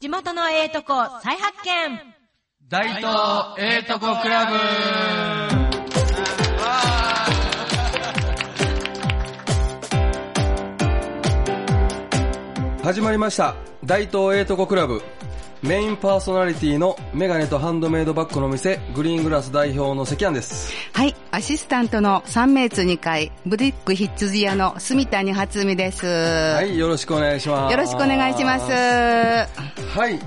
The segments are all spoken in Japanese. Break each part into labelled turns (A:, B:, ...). A: 地元のええとこ再発見
B: 大東ええとこクラブ
C: 始まりました大東エイトコクラブメインパーソナリティのメガネとハンドメイドバッグの店グリーングラス代表の関庵です
D: はい、アシスタントの3名通2階、ブリックヒッツ屋の住谷初美です。
C: は
D: はい
C: よろしくお願いします
D: よろしくお願いします。
C: はい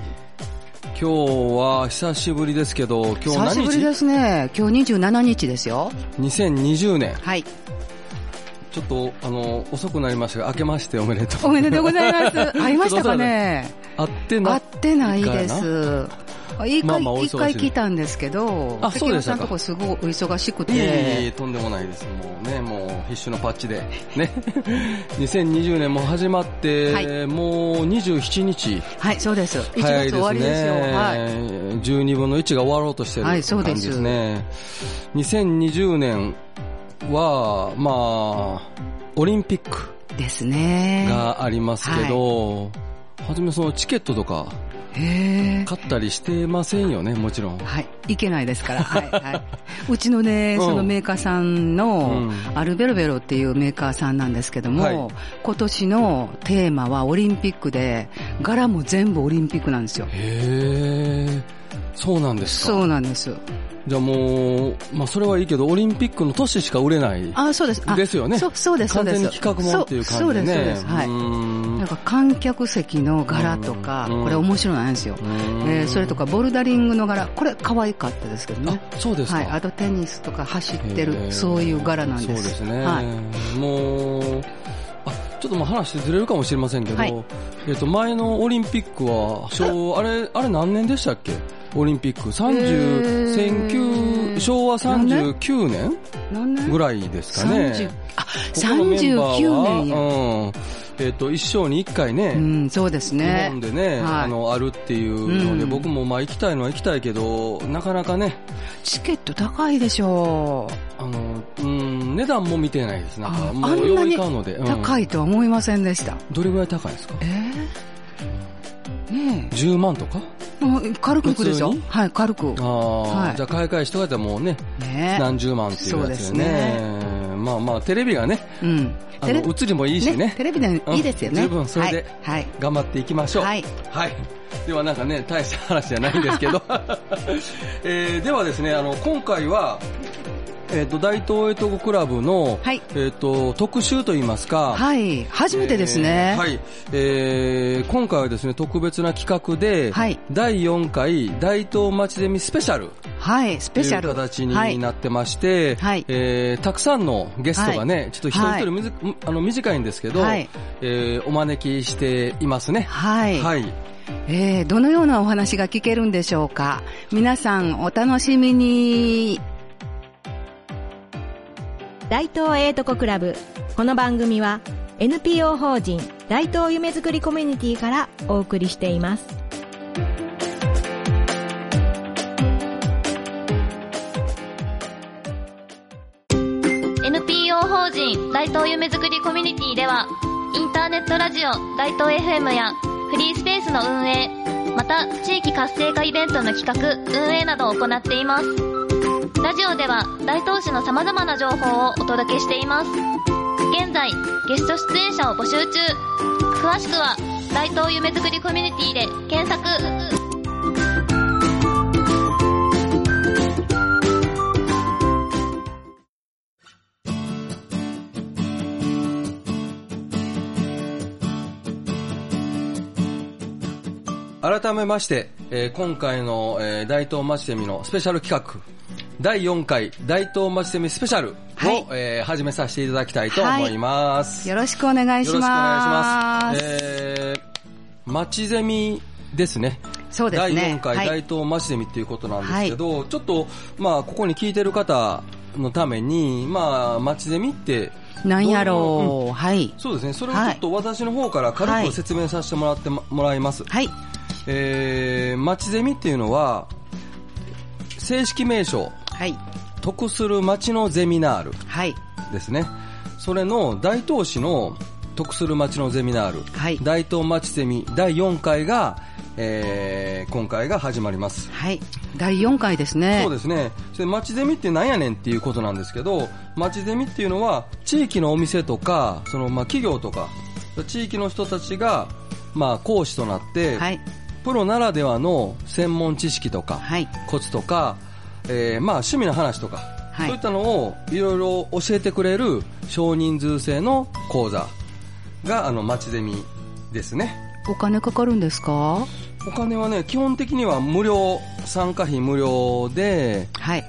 C: 今日は久しぶりですけど今日
D: 久しぶりで
C: 何日
D: すね。今日27日ですよ。
C: 2020年
D: はい。
C: ちょっとあの遅くなりましたが明けましておめでとう
D: おめでとうござ います。会いましたかね
C: 会って
D: 会
C: な
D: ってないです。一
C: まあ
D: 回、
C: まあお忙しい
D: 一回来たんですけど、
C: あそうでしたか
D: 関山さんとこすごいお忙しく
C: いえいえい
D: て
C: え、とんでもないです。もうね、もう必死のパッチで。ね。2020年も始まって、
D: はい
C: もう27日。
D: はい、そうです。1
C: 早いで
D: 月
C: す
D: 終
C: ね。
D: わりですよ。はい。
C: 12分の1が終わろうとしてる
D: は
C: 感
D: いそうで
C: じ
D: す
C: ですね。2020年は、まあ、オリンピック
D: ですね。
C: がありますけど、はじめそのチケットとか
D: へー
C: 買ったりしてませんよね、もちろん。
D: はい、いけないで すから、はいはい、うちのね、
C: うん
D: そのメーカーさんの、
C: うん
D: アルベロベロっていうメーカーさんなんですけども、
C: はい
D: 今年のテーマはオリンピックで、柄も全部オリンピックなんですよ。
C: へー。そうなんですか。
D: そうなんです。
C: じゃあもう、まあそれはいいけど、オリンピックの都市しか売れない。
D: あ、そうです。あ
C: ですよね
D: そうそうです、そう
C: 完
D: です。
C: 全に企画もんっていう
D: そ
C: 感
D: う
C: じで
D: そうで
C: ね。
D: す、そうです。は
C: う
D: い。
C: ーん
D: なんか観客席の柄とか、
C: うん
D: これ面白いなんですよ。えーそれと、かボルダリングの柄、これ可愛かったですけど
C: うーん
D: ね。
C: あ、そうですか。
D: はい。あとテニスとか走って
C: へー
D: る、そういう柄なんです。
C: そうですね。
D: はい。
C: もう、あ、ちょっともう話ずれるかもしれませんけど、
D: はい
C: えっと、前のオリンピックは、昭あれ、あれ何年でしたっけオリンピック。30、
D: えー
C: 19昭和39年
D: 何年
C: ぐらいですかね。
D: 30あ
C: ここのメンバーは
D: 39年や、
C: うん。えっ、と、一生に一回ね、
D: うん、そうです
C: 日
D: ね
C: 本でね、
D: はい
C: あの、あるっていうので、
D: うん
C: 僕もまあ行きたいのは行きたいけど、なかなかね、
D: チケット高いでしょう、
C: あの、うん、値段も見てないです。なんか、
D: あ
C: も
D: あん
C: う
D: な
C: よう
D: に
C: いかんので。うん
D: 高いとは思いませんでした
C: どれぐらい高いですか
D: えー、ね
C: 10万とか
D: えもう軽くいくでしょ
C: 普通に
D: はい軽く
C: あ
D: ね
C: あ、
D: はい
C: じゃあ買い替えしとかやったらもうね、
D: え
C: 何十万っていうやつでね。まあまあ、テレビがね、
D: うん
C: あの、映りもいいしね。
D: テレビでいいですよね、
C: うん十分それで
D: はい、はい
C: 頑張っていきましょう。
D: はい
C: はい。ではなんかね、大した話じゃないんですけど。 えーではですね、あの、今回は、えっ、と、大東エトコクラブの、
D: はい
C: えっ、と、特集といいますか、
D: はい初めてです
C: え
D: ね
C: ー、はい。えー今回はですね、特別な企画で、
D: はい
C: 第4回大東町ゼミスペシャル
D: はい、ス
C: と
D: ペ
C: い
D: シャ
C: う
D: ル
C: 形
D: は
C: に
D: い
C: なってまして、
D: はい
C: えーたくさんのゲストがね、ちょっと一人一人
D: は
C: むず、あの短いんですけど、
D: はい
C: えーお招きしていますね。
D: はい
C: はい。
D: えーどのようなお話が聞けるんでしょうか皆さんお楽しみに
A: 大東ええとこクラブこの番組は NPO 法人大東夢づくりコミュニティからお送りしています
E: ー NPO 法人大東夢づくりコミュニティではインターネットラジオ大東 FM やフリースペースの運営また地域活性化イベントの企画運営などを行っていますラジオでは大東市の様々な情報をお届けしています現在ゲスト出演者を募集中詳しくは大東夢づくりコミュニティで検索
C: 改めまして、えー今回の、えー大東町セミのスペシャル企画、第4回大東町セミスペシャルを、
D: はい
C: えー始めさせていただきたいと思います。
D: よろしくお願いしま。
C: よろしくお願いしますす。えー、町ゼミですね。
D: そうですね。
C: 第4回、
D: は
C: 大
D: い、
C: 東町ゼミっていうことなんですけど、ちょっと、まあ、ここに聞いてる方のために、まあ、町ゼミって、
D: なんやろ
C: ど
D: う、はい。
C: そうですね、それをちょっと私の方から軽く説明させてもらってももらいます。
D: はい。
C: えー、町ゼミっていうのは、正式名称、
D: はい。
C: 得する町のゼミナール
D: はい。
C: ですね。それの大東市の得する町のゼミナール、
D: はい
C: 大東町ゼミ第4回がえー今回が始まります。
D: はい。第4回ですね。
C: そうですね。それ町ゼミってなんやねんっていうことなんですけど、町ゼミっていうのは地域のお店とか、そのまあ企業とか、地域の人たちがまあ講師となって、
D: はい。
C: プロならではの専門知識とか、
D: はい。
C: コツとか、えーまあ趣味の話とか、
D: はい
C: そういったのをいろいろ教えてくれる少人数制の講座があの町ゼミですね。
D: お金かかるんですか
C: お金はね、基本的には無料、参加費無料で、
D: はい。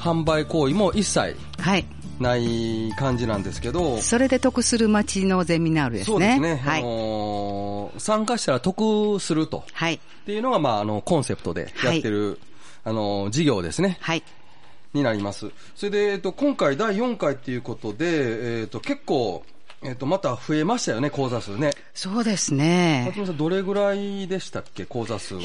C: 販売行為も一切
D: はい。
C: ない感じなんですけど、
D: それで得する町のゼミナールですね。
C: そうですね、
D: は
C: あ
D: い。
C: のー参加したら得すると
D: はい。
C: っていうのが、まあ、あのコンセプトでやってる、あの事業ですね、
D: はい。
C: になります。それで、えっと、今回第4回っていうことで、えっと、結構、えっと、また増えましたよね、講座数ね。
D: そうです
C: 松
D: ね。
C: 本さん、どれぐらいでしたっけ、講座数は。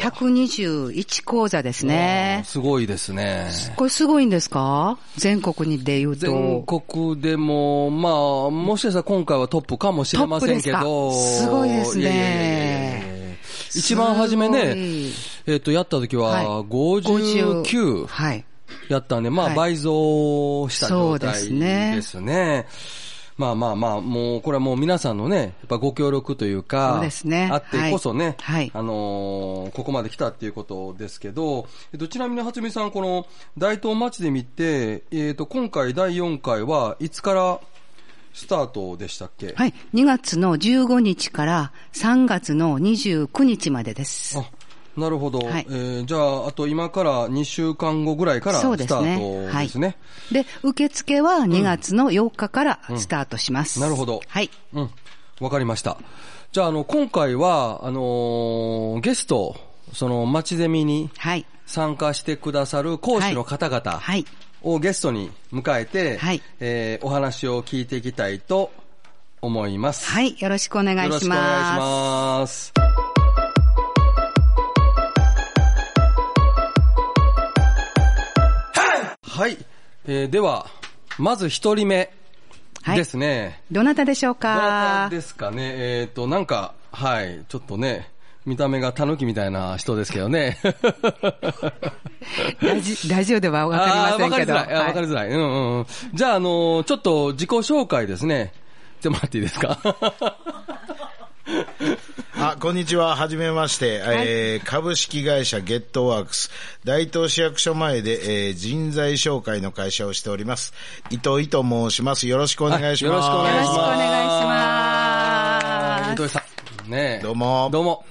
D: 121講座です
C: あ
D: ね
C: ー。すごいですね。
D: これすごいんですか全国にで言うと。
C: 全国でも、まあ、もしかしたら今回はトップかもしれませんけ
D: トッ
C: ど、
D: プですかすごいですね
C: ややいやいやいや一番初め
D: すご
C: ね、
D: い
C: えっ、と、やった時
D: はい
C: は59
D: はい。
C: やったんで、ま
D: は
C: あ
D: い
C: 倍増した状態
D: そ
C: で
D: う
C: す
D: で
C: ね。
D: すね
C: まあまあまあ、もう、これはもう皆さんのね、やっぱご協力というか、
D: そうですね
C: あってこそね、
D: はいはい
C: あのーここまで来たっていうことですけど、えっと、ちなみに初見さん、この大東町で見て、えっと、今回第4回はいつからスタートでしたっけ
D: はい。2月の15日から3月の29日までです。
C: あなるほど、
D: はい
C: えーじゃあ、あと今から2週間後ぐらいからスタ
D: そう
C: ート
D: で
C: ですす
D: ね
C: ね。
D: はいで、受付は2月の8日からスタートします。
C: うんなるほど
D: はい。
C: うん、わかりました。じゃあ、あの、今回は、あのーゲスト、その、町ゼミに
D: はい。
C: 参加してくださる講師の方々
D: はい。
C: をゲストに迎えて、
D: はい
C: えーお話を聞いていきたいと思います。
D: はい。よろしくお願い
C: よろし
D: し
C: くお願いし
D: ます。
C: ます。はい。えーでは、まず一人目
D: はい
C: ですね。
D: どなたでしょう
C: どなた
D: か
C: ですかね、えっ、と、なんか、はい、ちょっとね、見た目がタヌキみたいな人ですけど ね。
D: ラジラジオではわかりませんけど。
C: あーわかりづらいあー。わかりづらい。うんうんうん。じゃあ、あのーちょっと自己紹介ですね。ちょっと待っていいですか
F: あ、こんにちは。はじめまして。えー株式会社ゲットワークス、大東市役所前で、えー人材紹介の会社をしております。伊藤伊と申します。よろしくお願いしま
C: よ
F: す。
C: ろしくお願いします。
D: よろしくお願いします
C: 糸井さん。ねえ
F: どうも
C: どう も。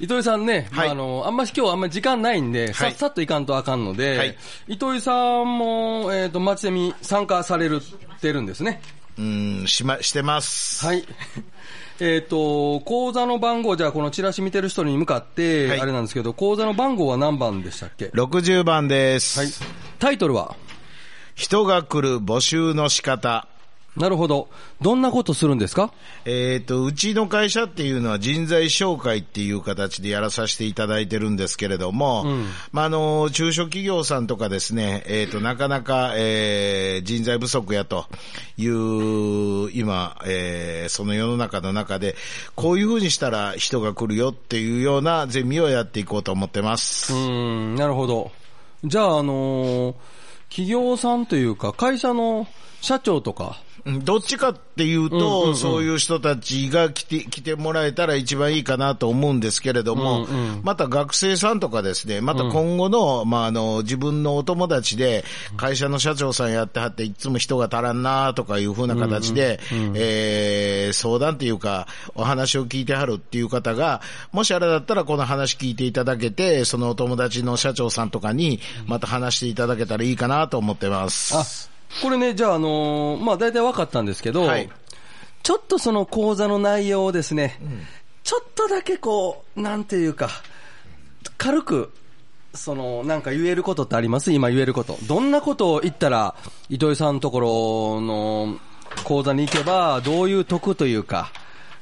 C: 糸井さんね、
F: はい
C: まあ、あの、あんまり今日あんまり時間ないんで、さっさっと行かんとあかんので、
F: はい
C: 糸井さんも、えっ、と、町ゼミ参加されるってるんですね。
F: うん、しま、してます。
C: はい。 えっ、と、口座の番号、じゃあこのチラシ見てる人に向かって、
F: はい
C: あれなんですけど、口座の番号は何番でしたっけ
F: 60番です。
C: はい。タイトルは
F: 人が来る募集の仕方。
C: なるほど。どんなことするんですか
F: えっ、と、うちの会社っていうのは人材紹介っていう形でやらさせていただいてるんですけれども、まあ、あの、中小企業さんとかですね、えっ、と、なかなか、えー人材不足やという、今、えーその世の中の中で、こういうふうにしたら人が来るよっていうようなゼミをやっていこうと思ってます。
C: うーん、なるほど。じゃあ、あのー企業さんというか、会社の社長とか、
F: うんどっちかっていうと、そういう人たちが来て、来てもらえたら一番いいかなと思うんですけれども、また学生さんとかですね、また今後の、まあ、あの、自分のお友達で、会社の社長さんやってはって、いつも人が足らんなとかいうふうな形で、えー相談っていうか、お話を聞いてはるっていう方が、もしあれだったらこの話聞いていただけて、そのお友達の社長さんとかに、また話していただけたらいいかなと思ってます。
C: あ、これね、じゃあ、あのーまあ、大体分かったんですけど、
F: はい
C: ちょっとその講座の内容をですね、ちょっとだけこう、なんていうか、軽く、その、なんか言えることってあります今言えること。どんなことを言ったら、糸井さんのところの講座に行けば、どういう得というか、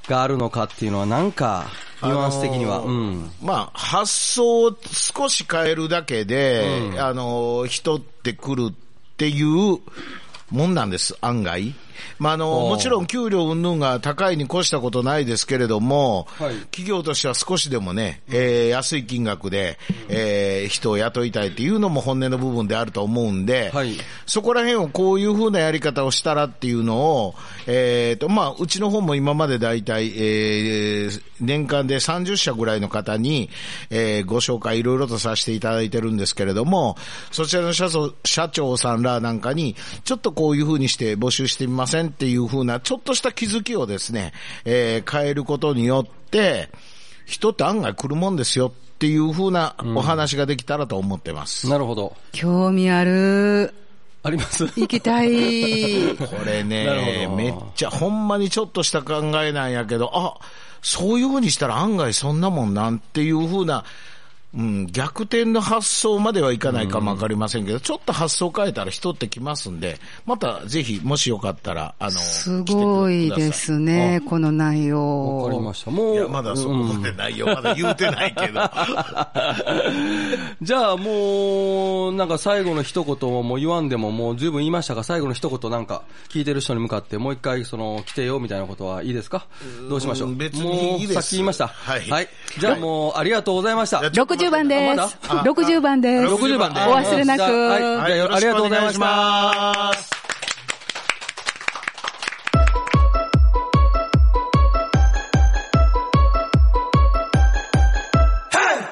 C: があるのかっていうのは、なんか、ニュアンス的には。
F: あのー
C: うん。
F: まあ、発想を少し変えるだけで、あのー人って来るっていうもんなんです、案外。まあ、あ
C: お
F: の、
C: ー
F: もちろん給料云々が高いに越したことないですけれども、
C: はい
F: 企業としては少しでもね、えー安い金額で、えー人を雇いたいっていうのも本音の部分であると思うんで、
C: はい
F: そこら辺をこういうふうなやり方をしたらっていうのを、えーと、まあ、うちの方も今までだいたい、えー年間で30社ぐらいの方に、えーご紹介いろいろとさせていただいてるんですけれども、そちらの社長社長さんらなんかに、ちょっとこういうふうにして募集してみませんっていうふうな、ちょっとした気づきをですね、えー変えることによって、人って案外来るもんですよっていうふうなお話ができたらと思ってます。
C: なるほど。
D: 興味ある。
C: あります
D: 行き たい。
F: こ
C: な
F: れ
C: る
F: ね
C: ほ、ど
F: めっちゃ、ほんまにちょっとした考えなんやけど、あ、そういうふうにしたら案外そんなもんなんっていうふうな、うん、逆転の発想まではいかないかもわかりませんけど、ちょっと発想変えたら人ってきますんで、またぜひ、もしよかったら、あの、
D: すごいですね、この内容。
C: わかりました。
F: 来て
C: も、
F: ください。いうや、まだそこまでないよ。まだ言うてない けど。
C: じゃあもう、なんか最後の一言をもう言わんでももう十分言いましたが、最後の一言なんか聞いてる人に向かってもう一回その来てよみたいなことはいいですかどうしましょう
F: うん別に
C: も
F: いいうです
C: さっき言いました。
F: はい
C: じゃあもうありがとうございました。
D: 60番で
C: ま
D: す
C: だ。
F: あ
D: 60番です。
F: 60
C: 60番で。
D: お忘れなく
C: じゃあはい、じゃあありがとうございました。
F: ます。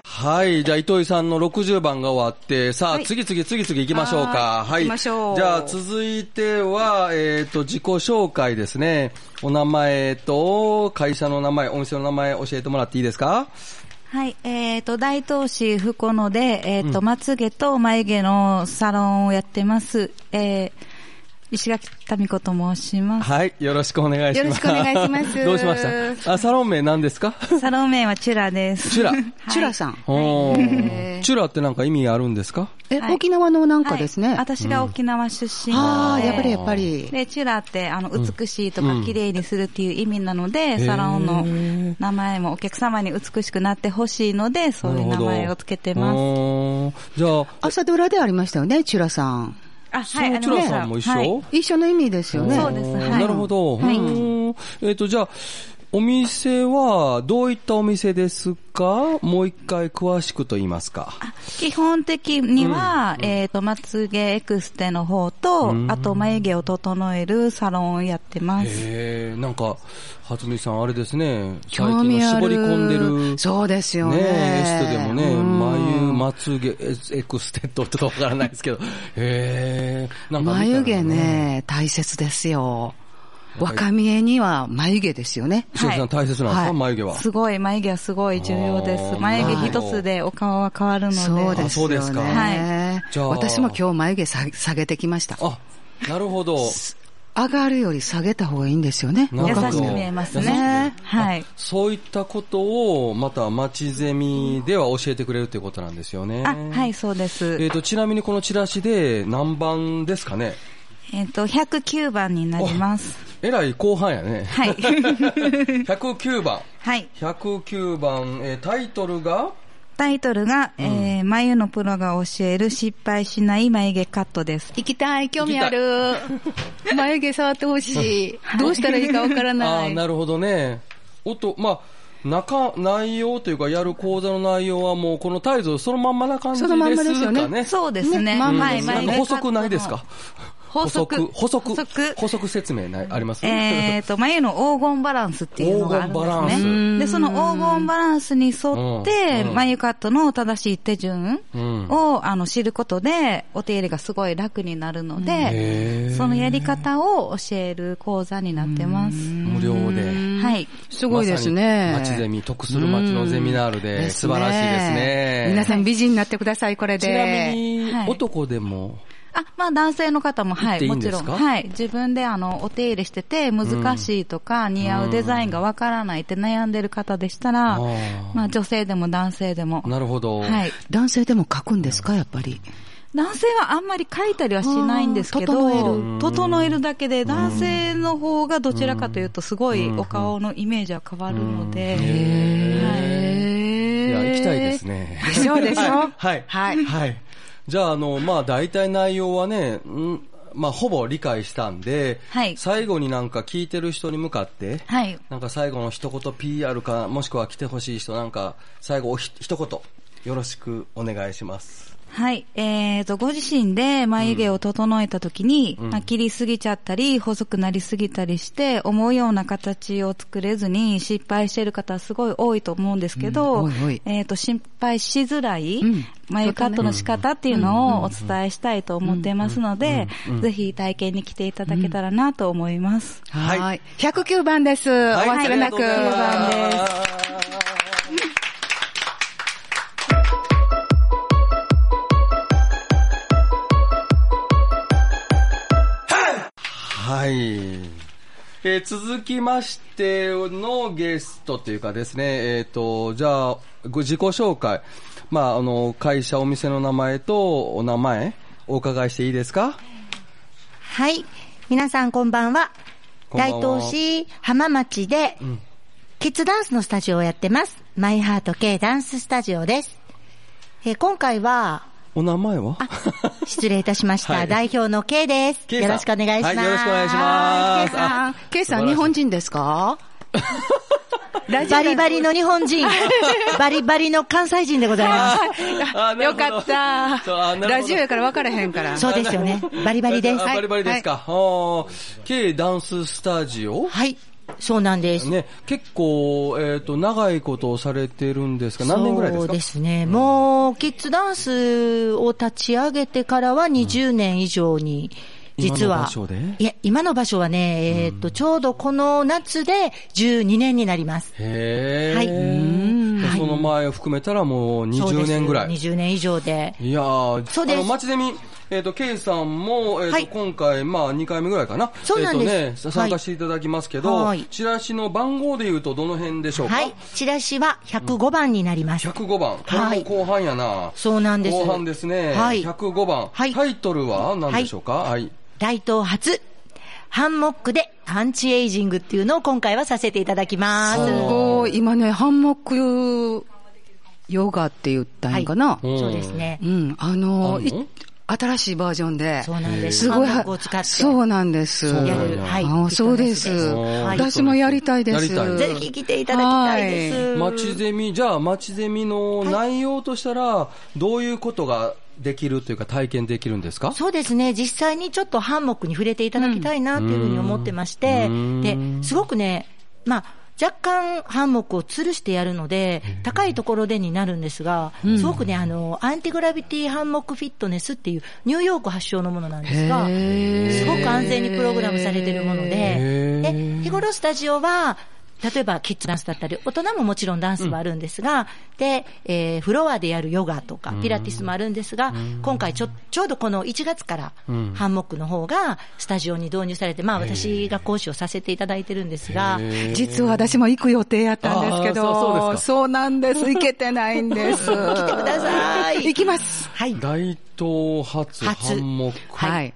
C: はい。じゃあ、糸井さんの60番が終わって、さあ、
D: はい
C: 次々次々行きましょうか。
D: はーい行きましょう
C: じゃあ、続いては、えっ、と、自己紹介ですね。お名前と、会社の名前、お店の名前教えてもらっていいですか
G: はい、えっ、と、大東市福野で、えっ、と、まつげと眉毛のサロンをやってます。えー、石垣民子と申します。
C: はい。よろしくお願いします。
D: よろしくお願いしま す
C: どうしましたあ、サロン名何ですか
G: サロン名 はチュラです。
C: チュラ。
D: チュラさん。
C: おーチュラってなんか意味あるんですか
D: え、
G: はい
D: 沖縄のなん
G: は
D: か
G: い
D: ですね。あ
G: 私が沖縄出身
D: あ
G: なの
D: ー、
G: で、
D: やっぱりやっぱり。
G: で、チュラって、あの、美しいとか
C: うん
G: 綺麗にするっていう意味なので、
C: ー
G: サロンの名前もお客様に美しくなってほしいので、そういう名前をつけてます。
C: す。じゃあ、
D: 朝ドラでありましたよね、チュラさん。
G: あ、
C: そのチュラさんも一緒、
G: はい
D: 一緒の意味ですよね。
G: そうですはい
C: なるほど。
G: はい
C: うんえっ、と、じゃあ、お店は、どういったお店ですかもう一回詳しくと言いますか。
G: 基本的には、えっ、と、まつげエクステの方と、
C: うん
G: あと眉毛を整えるサロンをやってます。
C: へえ、なんか、はつみさん、あれですね、最
D: 興
C: 近
D: 味
C: の
D: あ
C: 絞り込んでる。
D: る。そうですよね。
C: ねえ、エステでもね、
D: うん
C: 眉、まつげ、エエクステッドってわからないですけど、へえ、なんか見たら
D: 眉毛。ね、大切ですよ。若見えには眉毛ですよね。
C: しおりさん大切なんですか、
D: はい
C: 眉毛は。
G: すごい、眉毛はすごい重要で
C: あ
G: す
C: ー。
G: 眉毛一つでお顔は変わるので。
D: そうですよね。
C: あそうですか
G: はい
C: じゃあ
D: 私も今日眉毛下げ下げてきました。
C: あ、なるほど。
D: 上がるより下げた方がいいんですよね。
C: なるほど
G: 優しく見えます
C: 優しく
G: ね。はい。
C: そういったことを、また街ゼミでは教えてくれるということなんですよね。
G: あ、はい、。そうです。
C: えっ、と、ちなみにこのチラシで何番ですかね
G: えっ、と、109番になります。
C: えらい後半やね。
G: はい。
C: 109番。
G: はい。
C: 109番、えータイトルが
G: タイトルが、えー眉のプロが教える失敗しない眉毛カットです。
D: 行きたい、興味ある。眉毛触ってほしい。どうしたらいいかわから
C: あ
D: な
C: あー、
D: い。
C: なるほどね。音、まあ、中、内容というか、やる講座の内容はもう、このタイトルそのまんまな感じです
D: そ
C: か
D: のまん
C: ね。
D: まですよね
G: そうですね。
D: ねまあまあ
G: はい、
D: まあ
G: 眉毛カット
C: 補
G: の
C: 足ないですか
G: 補足。
C: 補足。
G: 補
C: 補
G: 足
C: 足説明ない、あります
G: えっ、と、眉の黄金バランスっていうのがあるん
C: 黄金バラ
G: で
C: ン
G: す
C: ス
G: ね。で、その黄金バランスに沿って、
C: うんうん
G: 眉カットの正しい手順
C: うん
G: を、あの知ることで、お手入れがすごい楽になる
C: へ
G: ので、
C: ー
G: そのやり方を教える講座になってます。
C: 無料で。
G: はい。
D: すごいですね。
C: まさに街ゼミ、得する街のゼミナール
D: うん
C: で、素晴らしいですね。
D: 皆さん美人になってください、これで。
C: ちなみに、
G: はい
C: 男でも、
G: あ、まあ男性の方も、
C: 言
G: は
C: って
G: い、
C: いい
G: も
C: ん
G: ちろん。
C: ですか
G: はい。自分であの、お手入れしてて、難しいとか、似合うデザインがわからないって悩んでる方でしたら、
C: あー
G: まあ女性でも男性でも。
C: なるほど。
G: はい。
D: 男性でも書くんですか、やっぱり。
G: 男性はあんまり書いたりはしないんですけど、
D: あー
G: 整えるだけで、男性の方がどちらかというと、すごいお顔のイメージは変わるので、
C: い
D: へ
C: や、行きたいですね。
D: でしょでしょ
C: はい。
D: はい
C: はい。じゃあ、あの、まあ、大体内容はね、んまあ、ほぼ理解したんで、
G: はい
C: 最後になんか聞いてる人に向かって、
G: はい。
C: なんか最後の一言 PR か、もしくは来てほしい人、なんか、最後おひ、一言、よろしくお願いします。
G: はい。えーと、ご自身で眉毛を整えた時に、まあ、切りすぎちゃったり、細くなりすぎたりして、思うような形を作れずに失敗してる方すごい多いと思うんですけど、
D: うん多い多い
G: えーと、心配しづらい
D: うん
G: 眉カットの仕方っていうのをお伝えしたいと思ってますので、ぜひ体験に来ていただけたらなと思います。
C: はい
D: はい。109番です。お忘れなく。
G: ありがとうございます
C: はい。えー続きましてのゲストというかですね、えっ、と、じゃあ、ご自己紹介。まあ、あの、会社、お店の名前とお名前、お伺いしていいですか
H: はい。皆さんこんばんは。
C: こんばん
H: 大
C: は
H: 東市浜町で、キッズダンスのスタジオをやってます。マイハート系ダンススタジオです。えー今回は、
C: お名前は
H: あ、失礼いたしました。
C: はい
H: 代表の K です。
C: K さん
H: よろしくお願いします。
C: はいよろしくお願いします
H: K さん
C: あ
D: K さん、日本人ですか
H: バリバリの日本人。バリバリの関西人でございま
C: あなる
D: よ
C: ほど
D: かった
C: そうあなるほ。ど
D: ラジオやから分からへんから
H: す。。そうですよね。バリバリです。
C: あバリバリですか。は K ダンススタジオ
H: はい。そうなんです。
C: ね、結構、えっ、と、長いことをされてるんですか何年ぐらいです
H: そ
C: か
H: うですね。もう、キッズダンスを立ち上げてからは20年以上に、実
C: 今の
H: は。
C: 場所で
H: いや、今の場所はね、えーっと、ちょうどこの夏で12年になります。
C: へー
H: はいうんはい
C: その前を含めたらもう
H: そう
C: 20
H: です
C: 年ぐらい。
H: 20年以上で。
C: いやー、
H: そうです
C: あの、町ゼミ、えっ、と、ケイさんも、えっ、と、
H: はい
C: 今回、まあ、2回目ぐらいかな。
H: そうなんです
C: えっ、とね、参加していただきますけど、
H: はいはい
C: チラシの番号で言うとどの辺でしょうか、
H: はい。チラシは105番になります。
C: 105番。これ
H: は
C: も
H: い
C: 後半やな。
H: そうなんです
C: 後半ですね。
H: はい
C: 105番。
H: はい
C: タイトルは何でしょうかはい。
H: 大東初、ハンモックでアンチエイジングっていうのを今回はさせていただきます
D: す。ごい。今ね、ハンモックヨガって言ったんやかな。
C: うん
H: そうですね
D: う。ん。あ
C: あ
D: の、
C: ん
D: い
C: の
D: 新しいバージョンで。
H: そうなんです。
D: すごい
H: ハンモックを使って。
D: そうなんです。
C: そう
H: やる。はい
D: あ。そうです。
C: はい
D: 私もやりたいで
C: やり
D: す。
C: たい
H: ぜひ来ていただきたいです。
C: 町ゼミ、じゃあ町ゼミの内容としたら、どういうことができるというか体験できるんですか
H: そうですね。実際にちょっとハンモックに触れていただきたいなというふうに思ってまして、で、すごくね、まあ、若干ハンモックを吊るしてやるので、高いところでになるんですが、すごくね、あの、アンティグラビティハンモックフィットネスっていうニューヨーク発祥のものなんですが、すごく安全にプログラムされているもので、で、日頃スタジオは、例えばキッズダンスだったり、大人ももちろんダンスはあるんですが、で、えーフロアでやるヨガとか、ピラティスもあるんですが、今回ちょ、ちょうどこの1月から、ハンモックの方がスタジオに導入されて、まあ私が講師をさせていただいてるんですが、
D: 実は私も行く予定やったんですけ
C: あーそうそう
D: ど、
C: ですか
D: そうなんです。行けてないんです。来
H: 来てください。
D: 行きます。
H: はい。
C: 大東発
H: 初
C: ハンモック。
D: はい。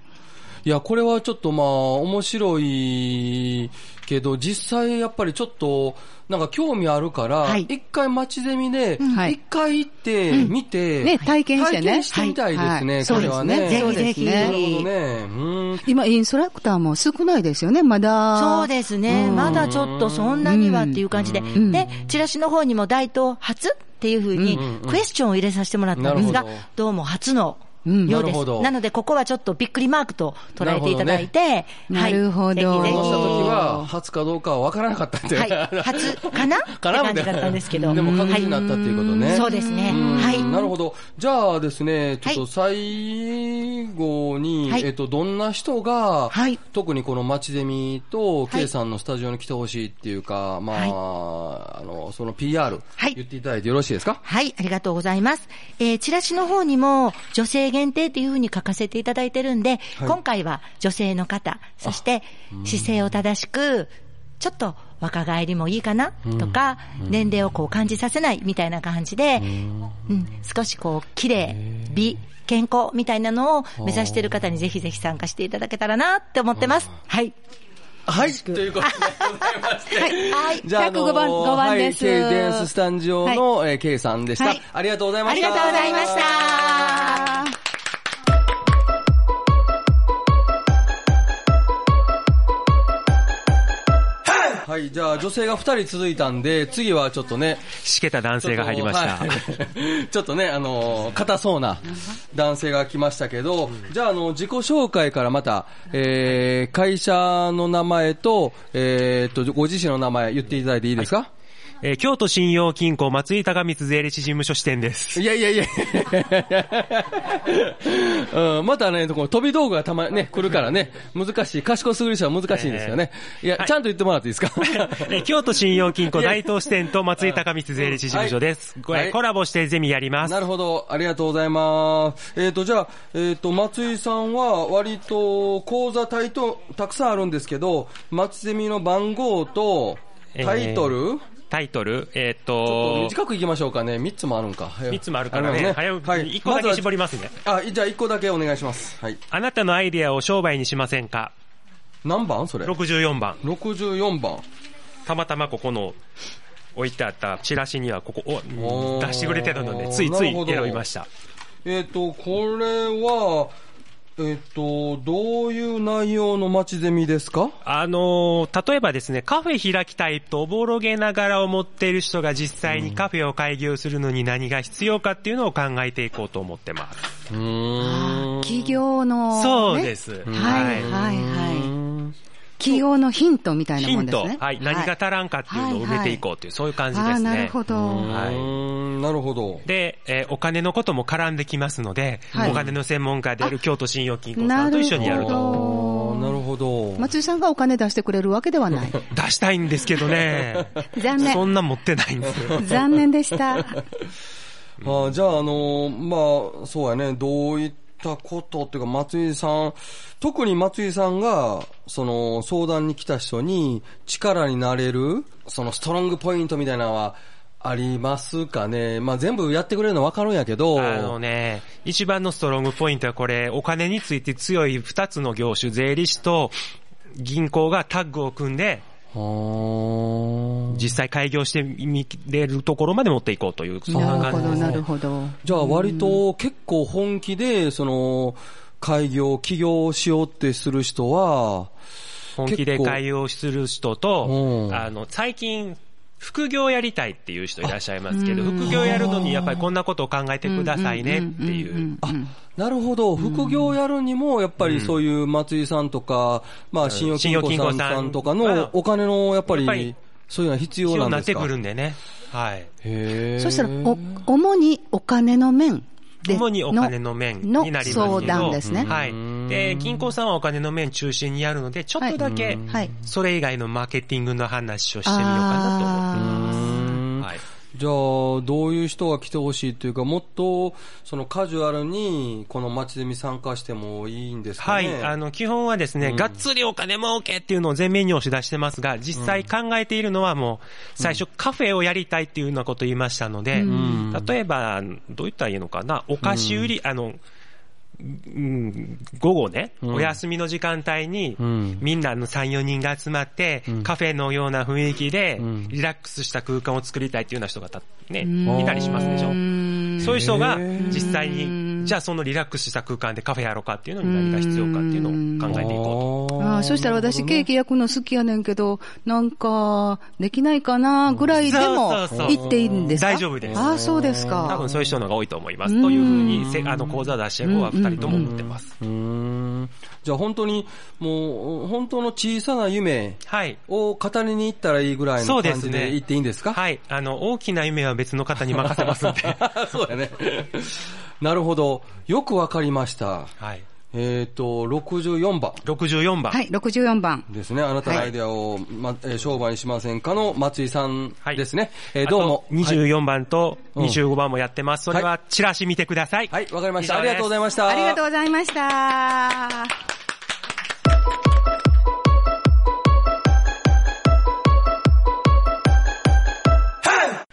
C: いや、これはちょっとまあ、面白いけど、実際やっぱりちょっと、なんか興味あるから、
H: はい
C: 一回街ゼミで、
D: はい
C: 一回行って、見て、
D: ね体験して
C: 体
D: ね
C: 験してみたいですね、
D: はい
C: これはね。
D: そうですね
H: ぜひぜ
D: そうです
H: ひ。
D: ね
C: なるほどね。うん。
D: 今、インストラクターも少ないですよね、まだ。
H: そうですね、
D: うん
H: まだちょっとそんなにはっていう感じで、
D: ん
H: で、チラシの方にも大東初っていうふうに、クエスチョンを入れさせてもらったんです
C: な
H: が、
C: るほど
H: どうも初の
D: うん
H: よ
C: な
H: う
C: る
H: です。
C: ほど
H: なので、ここはちょっとびっくりマークと捉えていただいて、
D: なるほどね
H: はい、
D: な
H: ぜ
D: る
C: このし
D: ほど
H: ひ
C: た
D: お
C: 時
H: ぜ
C: は、初かどうかは分からなかったって。
H: ひ。はい、初 かなって
C: かな
H: 感じだったんですけど。
C: でも確認になったっていうことね。
H: はいそうですね。
C: うん
H: はい。
C: なるほど。じゃあですね、ちょっと最後に、
H: はい
C: えっと、どんな人が、
H: はい
C: 特にこの街ゼミと、
H: はい
C: K さんのスタジオに来てほしいっていうか、まあ、あの、その PR、
H: はい
C: 言っていただいてよろしいですか
H: はい、ありがとうございます。えーチラシの方にも女性限定っていうふうに書かせていただいてるんで、
C: はい
H: 今回は女性の方、そして姿勢を正しく、ちょっと若返りもいいかなとか、年齢をこう感じさせないみたいな感じで、うん、少しこう綺麗、美、健康みたいなのを目指してる方にぜひぜひ参加していただけたらなって思ってます。はい。
C: はい。ということでございまして。
H: はい。
C: じゃあ、あの
G: 105番5番です
C: はい、K デンススタジオの、えー K さんでした、
G: はい
C: ありがとうございま
H: あ
C: し
H: り
C: た。
H: がとうございました。
G: 「
C: はい、じゃあ女性が2人続いたんで、次はちょっとね、
I: しけた男性が入りました。
C: ちょっと,はい、 ちょっとね、あのー、硬そうな男性が来ましたけど、じゃあ、あの、自己紹介からまた、えー、会社の名前と、えー、っと、ご自身の名前言っていただいていいですか、
I: えー京都信用金庫松井高光税理士事務所支店です。
C: いやいやいや うん、またね、この飛び道具がたまにね、来るからね、難しい、賢すぎる人は難しいんですよね。いや、ちゃんと言ってもらっていいで すか
I: えー京都信用金庫大東支店と松井高光税理士事務所です。
C: はい
I: これ
C: はい
I: コラボしてゼミやります
C: な。るほど、ありがとうございます。えっ、と、じゃあ、えっ、と、松井さんは、割と、講座タイト、たくさんあるんですけど、松ゼミの番号と、タイト
I: え
C: ル、
I: タイトル、えーっ
C: ちょ
I: と
C: っと、短くいきましょうかね。3つもあるんか。
I: 三つもあるからね
C: の
I: 早く一個だけ
C: まずは
I: 絞りますね
C: あ、じゃあ1個だけお願いします。はい。
I: あなたのアイデアを商売にしませんか
C: 何番それ。
I: ?64 番。
C: 64番。
I: たまたまここの置いてあったチラシにはここを
C: おー
I: 出してくれてたので、ついつい
C: なるほど
I: 選びました。
C: えっ、と、これは、えっ、と、どういう内容の街ゼミですか
I: あのー例えばですね、カフェ開きたいとおぼろげながらを持っている人が実際にカフェを開業するのに何が必要かっていうのを考えていこうと思ってます。
D: 企業の、ね。
I: そうです。
D: はい、はい、はい。企業のヒントみたいな
I: ヒ
D: も
I: ン
D: んです
I: ト、
D: ね。
I: はい、何が足らんかっていうのを埋めていこうという、そういう感じ
D: あ
I: で
D: あ、
I: すね。
D: なるほど。
I: はいう
C: ーんなるほど。
I: で、えーお金のことも絡んできますので、
D: はい
I: お金の専門家である京都信用金庫さ
D: なん
I: と
D: る
I: 一緒にやると。
D: ほ
C: あ
D: ど。
C: なるほど。
D: 松井さんがお金出してくれるわけではない。
I: 出したいんですけどね。
D: 残
I: そ
D: 念。
I: んな持ってないんですよ。
D: 残念でした。
C: あーじゃあ、あのーまあ、そうやね、どういったことっていうか、松井さん、特に松井さんが、その、相談に来た人に力になれる、そのストロングポイントみたいなのは、ありますかね。まあ、全部やってくれるのわかるんやけど、
I: あのね、一番のストロングポイントはこれ、お金について強い二つの業種、税理士と銀行がタッグを組んで、
C: はー
I: 実際開業してみれるところまで持っていこうという、そんな
D: な
I: 感
D: るほ
I: じ
D: ど、
I: です、ね。
D: なるほど。
C: じゃあ、割と結構本気で、その、開業、起業しようってする人は、
I: 本気で開業する人と
C: う、ん
I: あの、最近、副業やりたいっていう人いらっしゃいますけど、副業やるのにやっぱりこんなことを考えてくださいねっていう。
C: あ、なるほど。副業やるにも、やっぱりそういう松井さんとか、まあ、信用金庫さんさんとか
I: 信用金庫さ
C: の
I: ん
C: お金の、やっぱ
I: やっぱり
C: り、そういうのは必
I: 必
C: 要
I: 要に
C: な
I: なんっ
C: です
I: て
C: か
I: くるんでね。はい。
C: へー
D: そしたら、お、主にお金の面で。
I: 主にお金の面になりますけど。
D: の相談ですね。
I: はい。で、銀行さんはお金の面中心にやるので、ちょっとだけ、
D: はい。
I: それ以外のマーケティングの話をしてみようかなと思う。はい。
C: じゃあ、どういう人が来てほしいというか、もっと、そのカジュアルに、この街ゼミ参加してもいいんですか
I: は
C: ね。
I: い。あの、基本はですね、がっつりお金儲けっていうのを前面に押し出してますが、実際考えているのはもう、最初カフェをやりたいっていうようなことを言いましたので、例えば、どう言ったらいいのかな、お菓子売り、あの、うん午後ね、お休みの時間帯に、みんなの3、4人が集まって、カフェのような雰囲気で、リラックスした空間を作りたいっていうような人がた、ね、いたりしますでしょ。そういう人が実際に、じゃあそのリラックスした空間でカフェやろうかっていうのに何が必要かっていうのを考えていこ
D: ああ、そしたら私ケーキ焼くの好きやねんけど、なんか、できないかなぐらいでも
I: そうそうそう
D: 行っていいんですか
I: 大丈夫です
D: ああ、そうです
I: うと。多分
D: か。
I: そういう人の方が多いと思います。というふうにせ、あの、講座を出していこうは二人とも思ってます。
C: うーんじゃあ、本当に、もう、本当の小さな夢
I: はい。
C: を語りに行ったらいいぐらい
I: そ
C: の
I: うで
C: 感
I: す
C: じ
I: ね
C: で行っていいんですか
I: はい。あの、大きな夢は別の方に任せますんで。
C: そうやね。なるほど。よくわかりました。
I: はい。
C: えっ、と、64番
I: 64番。
D: はい、64番。
C: ですね。あなたのアイデアを、まえー商売にしませんかの松井さん
I: はい
C: ですね。えーどうも。
I: あと24番と
C: うん
I: 25番もやってます。それはチラシ見てください。
C: はい、はいわかりました。
I: 以
C: あ
I: 上で
C: り
I: す
C: がとうございました。
D: ありがとうございました。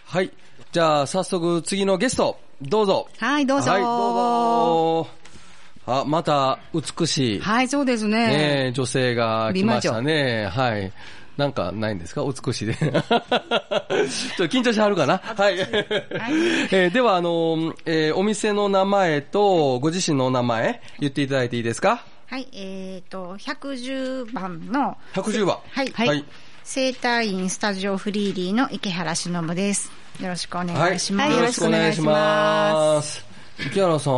C: はい。じゃあ、早速、次のゲスト、どうぞ。
D: はい、どうぞ。
C: はい、どうぞ。あ、また、美しい、
D: はい、そうです
C: ね
D: ね。
C: え女性が来ましたね。はい。なんかないんですかお美しいで。 ちょっと緊張しはるかなはい。えーでは、あの、えーお店の名前と、ご自身のお名前、言っていただいていいですか
H: はい、えっ、と、110番の、
C: ?110 番。
H: はい、
C: はい。
H: 生態院スタジオフリーリーの池原忍です。よろしくお願いします。
C: よろしくお願いします。池原さん、え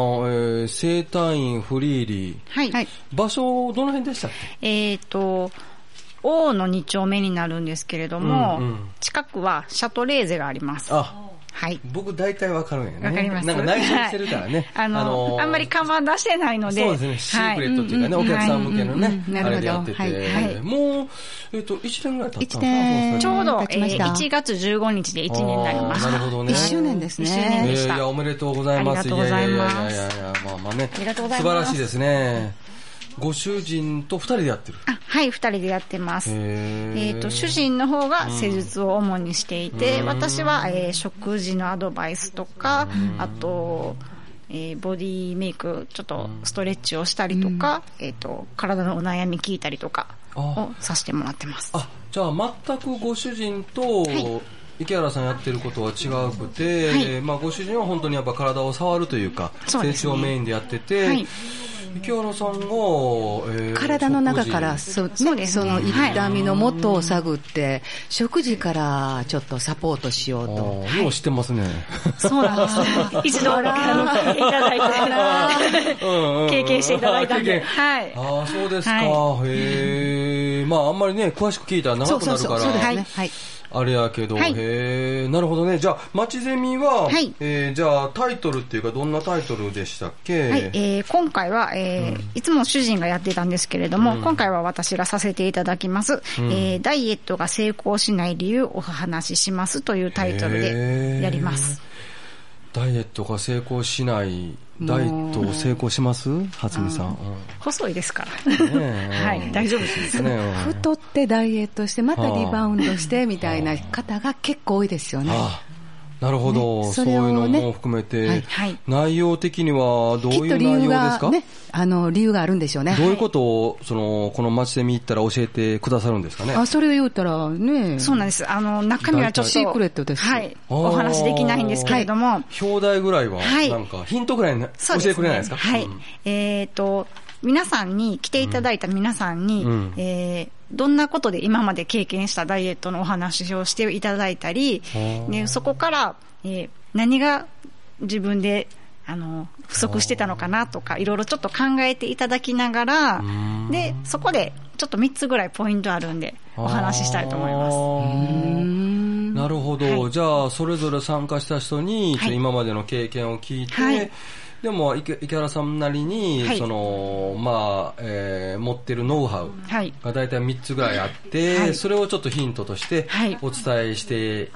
C: ー、生態院フリーリー。
H: はい。
C: 場所、どの辺でしたっ
H: えっ、と、王の2丁目になるんですけれども、
C: うんうん
H: 近くはシャトレーゼがあります
C: け。あ、
H: はい。
C: 僕大体わかるんやね。
H: わかります。
C: なんか内緒にしてるからね
H: はいあの、
C: ー
H: あんまり看板出してないので。
C: そうですね、シークレットっていうかね、
H: は
C: お客さん向けのね、
H: はいうんうんうん
C: あれでやってて、
H: なるほど。はい。はい
C: もう、えっ、と、1年ぐらい経った
D: 一
C: のかな
D: 年
H: ちょうど、
D: 経ちました
H: えー1月15日で1年になります
C: あー。なるほどね。
D: 1周年です
H: 一周年
D: ね。
H: でした
C: いやいや、おめでとうございます。
H: ありがとうございます
C: いやいやいやいや、まあまあね。
H: ありがとうございます
C: 素晴らしいですね。ご主人と二人でやってる。
H: あはい、二人でやってます。
C: へー
H: えっ、と、主人の方が施術を主にしていて、私は、えー食事のアドバイスとか、あと、えーボディメイク、ちょっとストレッチをしたりとか、えっ、と、体のお悩み聞いたりとかをさせてもらってます。
C: あ、じゃあ全くご主人と、
H: い
C: 池原さんやってることは違くて、
H: はい
C: まあご主人は本当にやっぱ体を触るというか、
H: そうですね
C: 性をメインでやってて、
H: はい
C: 池原さんが、えー
D: 体の中から、
C: 食事
D: そ
H: そう
D: う
H: で
D: ね、
H: す
D: そ
H: ね
D: の痛みの元を探って、食事からちょっとサポートしよう
C: あ
D: と。
C: ーよう知ってますね。
H: そうなん です。一度、あの、いただい
C: う
H: て、
C: んうん
H: 経験していただいたん
C: 経
H: で。
C: 験
H: はい。
C: ああ、そうですか。
H: は
C: へえ。まあ、あんまりね、詳しく聞いたら長
D: そう
C: く
D: そ
C: な
D: う
C: る
D: そ
C: か
D: う、そうです
C: ら、
D: ね。はい。
C: あれやけど、
H: はい
C: へえ、なるほどね。じゃあ、街ゼミは、
H: はい
C: えーじゃあ、タイトルっていうか、どんなタイトルでしたっけ、
H: はい、えー今回は、えーいつも主人がやってたんですけれども、今回は私がさせていただきます、えーダイエットが成功しない理由をお話ししますというタイトルでやります。
C: ダイエットが成功しない、ダイエットを成功しますはつみさん。
H: 細いですから。
C: うんねえ
H: はい、大丈夫です。
C: ねえうん
D: 太ってダイエットして、またリバウンドしてみたいな方が結構多いですよね。
C: ああなるほど、
D: ね
C: そ
D: そうれ
C: い
D: を
C: う
D: ね
C: のも含めて、
D: はい
H: はい
C: 内容的にはどう
D: きっ
C: い
D: と
C: う内
D: 理由
C: 容です
D: が
C: か、
D: ね、あの、理由があるんでしょうね。
C: どういうことを、その、この街で見行ったら教えてくださるんですかね。
D: あ、それを言うたらね、
H: そうなんです。あの、中身はちょっと、
D: シークレットです
H: はい、
C: あー
H: お話できないんですけれども、
C: 表題ぐらいは、
H: はい
C: なんか、ヒントぐらいな
H: そ
C: 教
H: う
C: え
H: です、ね。
C: てくれないですか
H: はい。
C: うん
H: えっ、と、皆さんに、来ていただいた皆さんに、
C: うん
H: えーどんなことで今まで経験したダイエットのお話をしていただいたり
C: ほ、う
H: ね、そこから、えー何が自分で、あの、不足してたのかなとか、いろいろちょっと考えていただきながら、で、そこで、ちょっと3つぐらいポイントあるんで、お話ししたいと思います。
C: ます。なるほど。
H: はい
C: じゃあ、それぞれ参加した人に、
H: はい
C: 今までの経験を聞いて、
H: はい
C: でも池、池原さんなりに、
H: はい
C: その、まあ、えー持ってるノウハウ
H: はい。
C: が大体3つぐらいあって、
H: はい
C: それをちょっとヒントとして
H: はい、
C: お伝えして、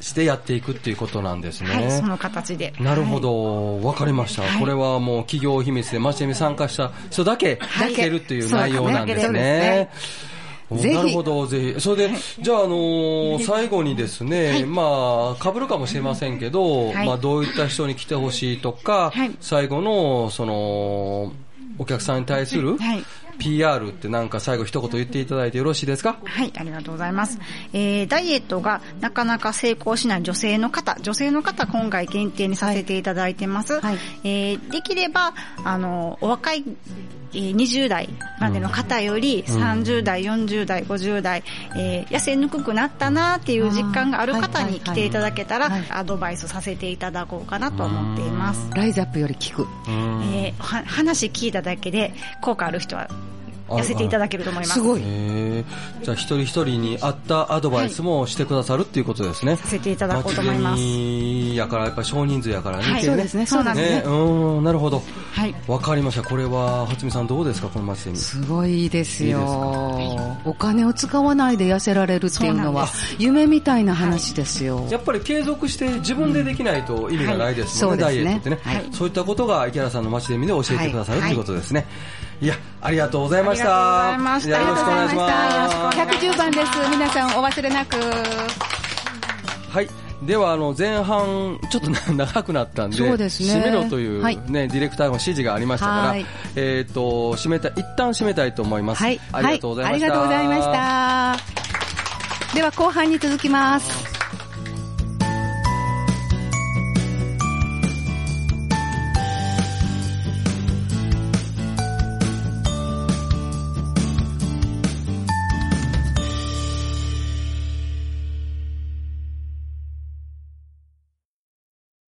C: してやっていくっていうことなんですね。
H: はい、その形で。
C: なるほど、わかりました、これはもう企業秘密で、マチェミ参加した人だけ聞けるっていう内容なんですね。
D: うですね
C: なるほど、ぜひ。それで、じゃあ、あのー最後にですね、まあ、被るかもしれませんけど、
H: はい
C: まあ、どういった人に来てほしいとか、
H: はい
C: 最後の、その、お客さんに対する
H: はい
C: PR ってなんか最後一言言っていただいてよろしいですか
H: はい、ありがとうございます。えーダイエットがなかなか成功しない女性の方、女性の方今回限定にさせていただいてます。
D: はい
H: えーできれば、あの、お若い、えー20代までの方より、30代、40代、50代、えー痩せにくくなったなっていう実感がある方に来ていただけたら
D: はいはい、はい
H: アドバイスさせていただこうかなと思っています。
D: ライズアップより効く。
H: えーは話聞いただけで、効果ある人は痩せていただけると思います。
D: すごい。
C: へーじゃあ一人一人に合ったアドバイスもしてくださるっていうことですね。さ
H: せていただこうと思います
C: やから、やっぱり少人数やからね。
H: はい
C: ね
D: そうですね、
H: そ
D: そうう
H: な
D: で
H: ん
D: す
H: です
C: ね、うーん、なるほど。
H: はい。
C: わかりました。これは、はつみさんどうですかこの街で見て。
D: すごいですよ
C: いいですか
D: お金を使わないで痩せられるっていうのは、夢みたいな話ですよ。
C: やっぱり継続して自分でできないと意味がないですもんね、
D: はいそう
C: ダ
D: ですね
C: イエットってね、
D: はい
C: そういったことが池原さんの街で見で教えてくださると
D: はい
C: いうことですね。い、や、ありがとうございました。
H: ありがとうございました
C: やよろしくお願いします。
D: 110番です。皆さんお忘れなく。
C: はい。では、あの、前半、ちょっとな 長くなったんで、
D: そうですね
C: 締めろという、ね
D: はい
C: ディレクターの指示がありましたから
D: はい、
C: えっ、と、締めた、一旦締めたいと思います。
D: はい。
C: ありがとうございました。
D: はいありがとうございました。では後半に続きます。